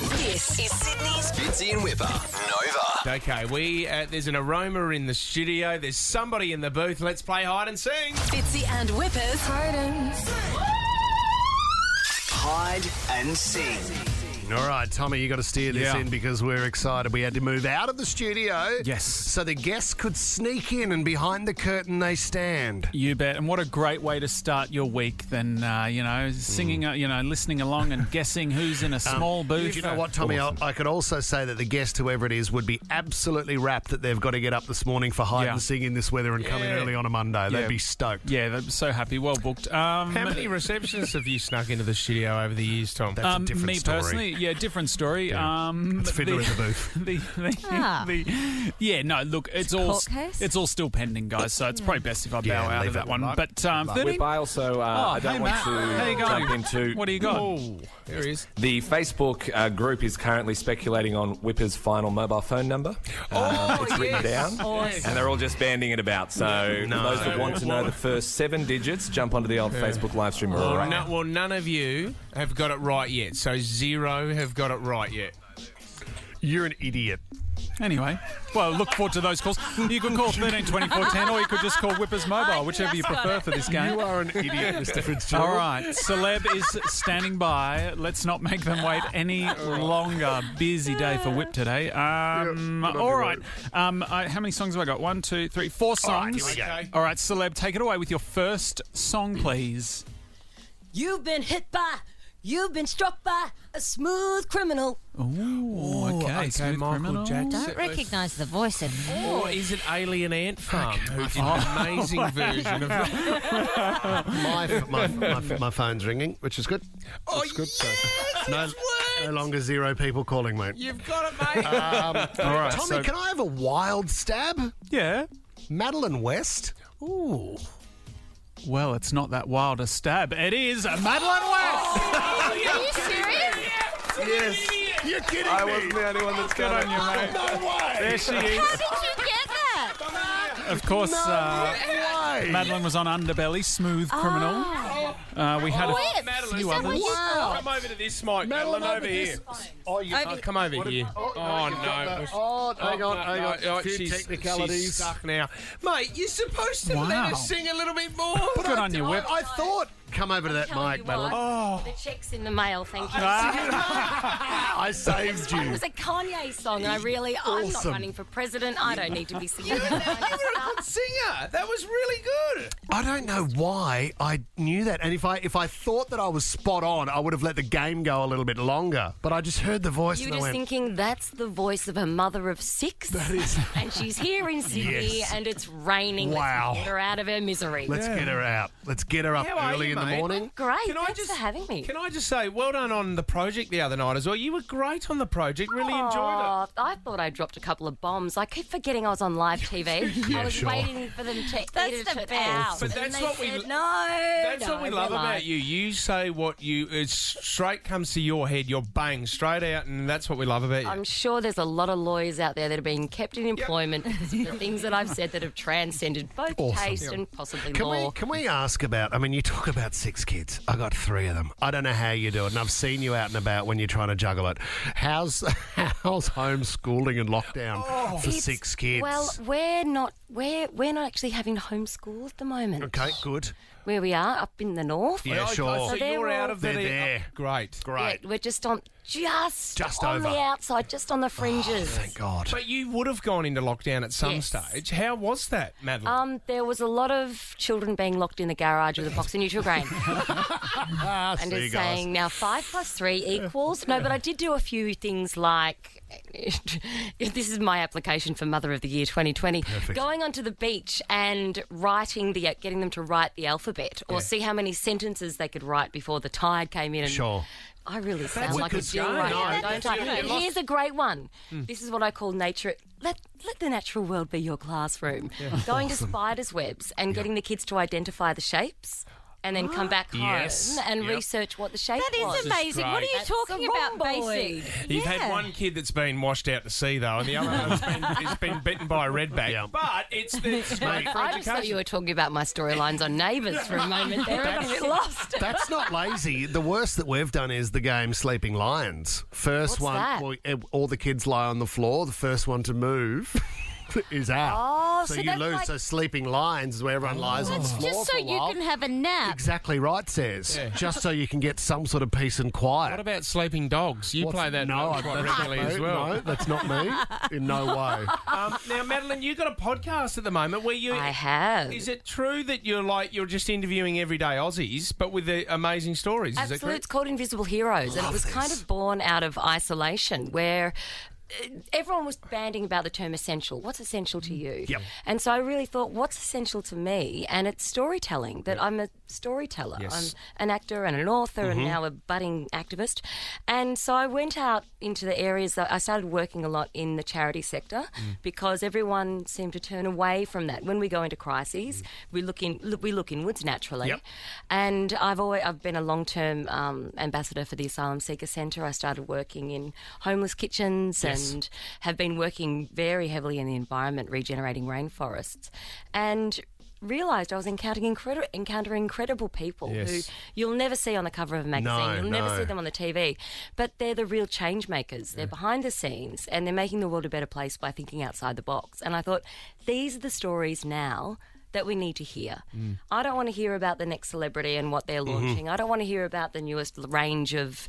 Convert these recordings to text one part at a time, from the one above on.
is Sydney's Bitsy and Whipper. Nova. Okay, we uh, there's an aroma in the studio. There's somebody in the booth. Let's play hide and sing. Fitzy and Whippers. Hide and sing. All right, Tommy, you got to steer this Yeah. in because we're excited. We had to move out of the studio. Yes. So the guests could sneak in and behind the curtain they stand. You bet. And what a great way to start your week than, uh, you know, singing, uh, you know, listening along and guessing who's in a small booth. Do Mm. Um, you know what, Tommy? I- I could also say that the guest, whoever it is, would be absolutely wrapped that they've got to get up this morning for hide Yeah. and sing in this weather and come in Yeah. early on a Monday. They'd Yeah. be stoked. Yeah, they're so happy. Well booked. Um, How many receptions have you snuck into the studio over the years, Tom? That's um, a different me story. personally, yeah, different story. Um, It's fitter in the booth. the, the- Ah. the- yeah, no, look, it's all court case? it's all still pending, guys. So it's probably best if I bow Yeah, out leave of it that one. alone. But um, Whip, 13 I also uh, Oh, I don't hey, want Matt. How you to going? jump into What do you got? Oh, there he is. the Facebook uh, group is currently speculating on Whipper's final mobile phone number. Oh, Uh, it's written down, and they're all just banding it about. So No. those that want to know the first seven digits, jump onto the old Facebook live stream Well, right no- well, none of you have got it right yet. So zero have got it right yet. You're an idiot. Anyway, well, look forward to those calls. You can call thirteen twenty four ten, or you could just call Whippers Mobile, whichever you just got prefer it. for this game. You are an idiot, Mr. Fitzgerald. All right, Celeb is standing by. Let's not make them wait any longer. Busy day for Whip today. Um, Yeah, all right. Um, I, how many songs have I got? One, two, three, four right, songs. here we go. Okay. All right, Celeb, take it away with your first song, please. You've been hit by, you've been struck by a smooth criminal. Ooh, okay, Smooth Criminal. Don't recognise the voice at all. Or is it Alien Ant Farm, who did an amazing version of my, my, my, my phone's ringing, which is good. Oh, good, so- yes, No, it's worked. no longer zero people calling, mate. You've got it, mate. All right, Um, Tommy, so- can I have a wild stab? yeah. Madeline West? Ooh. Well, it's not that wild a stab. It is Madeline West. Are you serious? Yes, You're kidding I wasn't the only one that's Good got on you, mate. it. No way! There she is. How did you get that? Of course, uh, way! Madeline was on Underbelly, Smooth Criminal. Uh, we had a Whip. Madeline, Is few that what others. you thought? Come over to this mic, Madeline, Madeline, over, over here. Oh, you Oh, come over here. oh, no. Oh, hang on, hang on. Oh, few she's- technicalities. She's stuck now. Mate, you're supposed to Wow. let us sing a little bit more. Good on you, Whip. I, I thought. Come over to that Telling mic, you Madeline. what, The check's in the mail, thank you. Ah, I saved It you. was a Kanye song, and I really, I'm not Awesome. running for president. I don't need to be singing. Oh, Good singer. That was really good. I don't know why I knew that, and if I if I thought that I was spot on, I would have let the game go a little bit longer. But I just heard the voice You're and I just went, thinking that's the voice of a mother of six, and she's here in Sydney, Yes. and it's raining. Wow. Let's get her out of her misery. "Let's get her out. Let's get her up How are early you, in the mate? morning." Great, Can I thanks just- for having me. Can I just say, well done on the project the other night as well. You were great on the project. Really enjoyed Oh, I thought I dropped a couple of bombs. I keep forgetting I was on live TV. I was sure. waiting for them to That's edit the it best. out. But that's and they what we- said, no. it. That's what we love about you. You say what you it's straight comes to your head. You're bang straight out, and that's what we love about you. I'm sure there's a lot of lawyers out there that are being kept in employment for things that I've said that have transcended both taste and possibly Can law. we can we ask about? I mean, you talk about six kids. I got three of them. I don't know how you do it, and I've seen you out and about when you're trying to juggle it. How's how's homeschooling and lockdown for Oh. It's- six kids? Well, we're not we're we're not actually having homeschool at the moment. okay, good. Where we are up in the north. Yeah, sure. So So they're you're out all- of the They're there. great. Great. Yeah, we're just on just, Just on over. Oh, the outside, just on the fringes. Thank God. But you would have gone into lockdown at some Yes. stage. How was that, Madeline? Um, there was a lot of children being locked in the garage with a box of neutral grain. Ah, and see it's you guys. saying now five plus three equals no, but I did do a few things like this is my application for Mother of the Year 2020. Going onto the beach and writing the getting them to write the alphabet or see how many sentences they could write before the tide came in. And Sure. I really sound like a wicked. deal No, right no, now, that's don't I? good. And here's a great one. This is what I call nature. Let let the natural world be your classroom. Going to spiders' webs and getting the kids to identify the shapes and then come back home Yes. and Yep. research what the shape That was. is amazing. What are you That's talking the wrong about, boy. basic? You've Yeah. had one kid that's been washed out to sea, though, and the other one's been, has been bitten by a redback. Yeah. But it's, it's great for I just thought you education. were talking about my storylines on Neighbours for a moment there, and I got a bit lost. That's not lazy. The worst that we've done is the game Sleeping Lions. What's First one, that? well, eh, all the kids lie on the floor. The first one to move is out. Oh, so you that's lose. like- so Sleeping Lions is where everyone lies on the floor. Just so for a you while. can have a nap. Exactly right, says. Just so you can get some sort of peace and quiet. What about sleeping dogs? You What's- play that no, quite that's regularly not me. as well. No, that's not me. In no way. Um, now, Madeline, you've got a podcast at the moment where you. I have. Is it true that you're like you're just interviewing everyday Aussies, but with the amazing stories? Is that Absolutely, correct? it's called Invisible Heroes, and it was kind of born out of isolation, where uh, everyone was banding about the term essential. What's essential to Mm. you? Yep. And so I really thought, what's essential to me? And it's storytelling. That I'm a storyteller. Yes. Mm-hmm. I'm an actor and an author, and now a budding activist. And so I went out into the areas that I started working a lot in the charity sector Mm. because everyone seemed to turn away from that. When we go into Mm. crises, we look in look, we look inwards naturally. Yep. And I've always I've been a long term um, ambassador for the Asylum Seeker Centre. I started working in homeless kitchens and have been working very heavily in the environment, regenerating rainforests, and realised I was encountering incredi- encountering incredible people Yes. who you'll never see on the cover of a magazine. No, you'll never no. see them on the TV, but they're the real change makers. They're behind the scenes and they're making the world a better place by thinking outside the box. And I thought these are the stories now that we need to hear. Mm. I don't want to hear about the next celebrity and what they're Mm-hmm. launching. I don't want to hear about the newest range of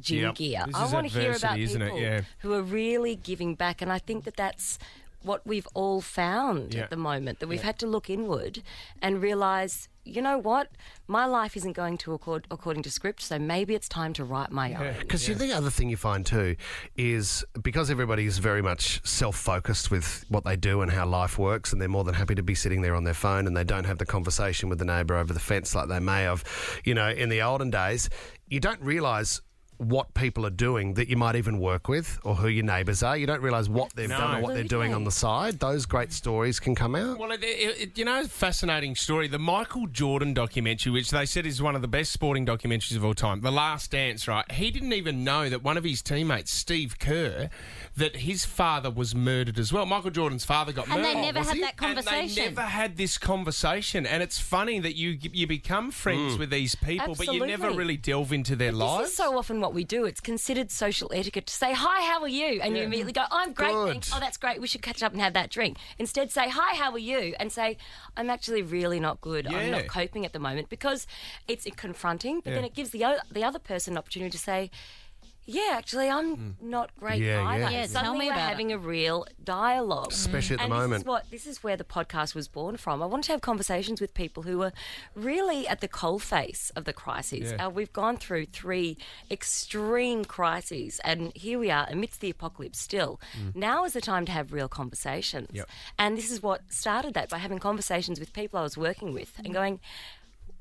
gym Yep. gear. This I is want to hear about adversity, isn't it? people Yeah. who are really giving back. And I think that that's what we've all found Yeah. at the moment that we've had to look inward and realize. You know what? My life isn't going to accord, according to script, so maybe it's time to write my own. Because the other thing you find too is because everybody is very much self focused with what they do and how life works, and they're more than happy to be sitting there on their phone and they don't have the conversation with the neighbour over the fence like they may have, you know, in the olden days, you don't realise what people are doing that you might even work with or who your neighbours are. You don't realise what they've done or what they're doing on the side. Those great stories can come out. Well, it, it, it, you know, fascinating story. The Michael Jordan documentary, which they said is one of the best sporting documentaries of all time, The Last Dance, right? He didn't even know that one of his teammates, Steve Kerr, that his father was murdered as well. Michael Jordan's father got And murdered. they never was had he? that And they conversation. never had this conversation, and it's funny that you you become friends with these people, but you never Absolutely. really delve into their lives. This is so often what we do. It's considered social etiquette to say, Hi, how are you? And you immediately go, I'm great. Good. Thanks. Oh, that's great. We should catch up and have that drink. Instead, say, Hi, how are you? And say, I'm actually really not good. I'm Yeah. not coping at the moment because it's confronting, but then it gives the, o- the other person an opportunity to say, yeah, actually, I'm not great Hmm. Yeah, either. yeah. Yeah, tell Suddenly me we're about it. having a real dialogue, Especially at the and This moment. is what this is where the podcast was born from. I wanted to have conversations with people who were really at the coalface of the crises. Yeah. Uh, we've gone through three extreme crises, and here we are amidst the apocalypse. Still, now is the time to have real conversations. Mm. Yep. And this is what started that by having conversations with people I was working with and going,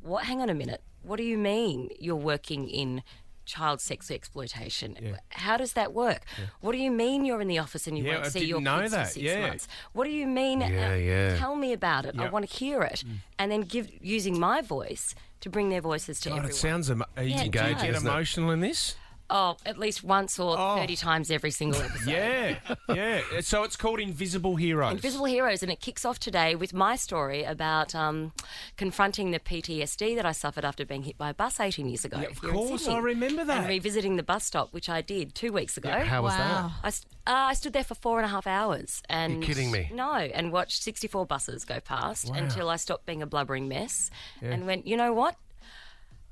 what hang on a minute what do you mean you're working in child sex exploitation how does that work what do you mean you're in the office and you Yeah, won't I see your didn't know kids that. for six Yeah. months what do you mean uh, Yeah, yeah. tell me about it i Yeah. Mm. want to hear it and then give using my voice to bring their voices to God, everyone it sounds emo- you does, get doesn't it? emotional in this. oh at least once or Oh. 30 times every single episode Yeah, yeah. So it's called Invisible Heroes. Invisible Heroes, and it kicks off today with my story about um, confronting the PTSD that I suffered after being hit by a bus 18 years ago. Yeah, of here in course, Sydney. I remember that. And revisiting the bus stop, which I did two weeks ago. How was Wow. I, st- uh, I stood there for four and a half hours. And You're kidding me. No, and watched 64 buses go past until I stopped being a blubbering mess and went, you know what?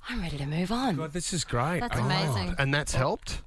I'm ready to move on. God, this is great. That's Oh, amazing. that? And that's helped?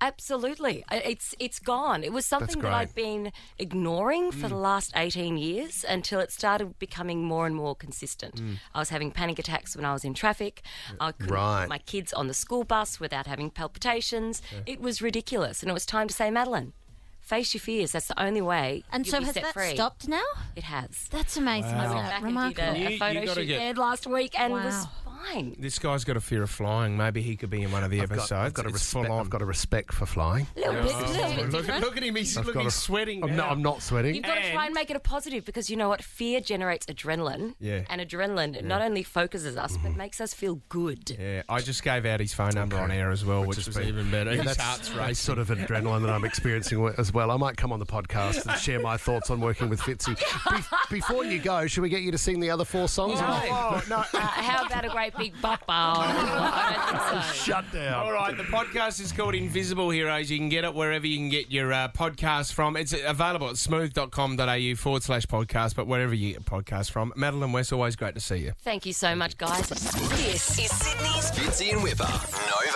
Absolutely. I- It's it's gone. It was something that great. I'd been ignoring for the Mm. last 18 years until it started becoming more and more consistent. Mm. I was having panic attacks when I was in traffic. I couldn't Right. put my kids on the school bus without having palpitations. It was ridiculous and it was time to say Madeline, face your fears. That's the only way And you'll so be has set that free. stopped now? It has. That's amazing. I Isn't went it? back and Remarkable. did a, You- a photo you gotta shoot get- there last week and was Wow. flying. This guy's got a fear of flying. Maybe he could be in one of the I've episodes. got, I've got a It's respect. full on. I've got a respect for flying. A little bit, little bit look, different. look at him. He's, I've look, got he's a- sweating. I'm, not, I'm not sweating. You've got to try And- and make it a positive because you know what? Fear generates adrenaline. Yeah. And adrenaline not only focuses us, but makes us feel good. Yeah, I just gave out his phone number on air as well, which, has is been- even better. his That's, heart's that's racing. sort of adrenaline that I'm experiencing wi- as well. I might come on the podcast and share my thoughts on working with Fitzy. Be- before you go, should we get you to sing the other four songs? Oh, no. Uh, how about a great big bop? I don't think so. Shut down. All right, the podcast is called Invisible Heroes. You can get it wherever you can get your uh, podcast from. It's available at smooth.com.au forward slash podcast, but wherever you get your podcast from. Madeline West, always great to see you. Thank you so much, guys. This is Sydney's Bitsy and Whipper Nova.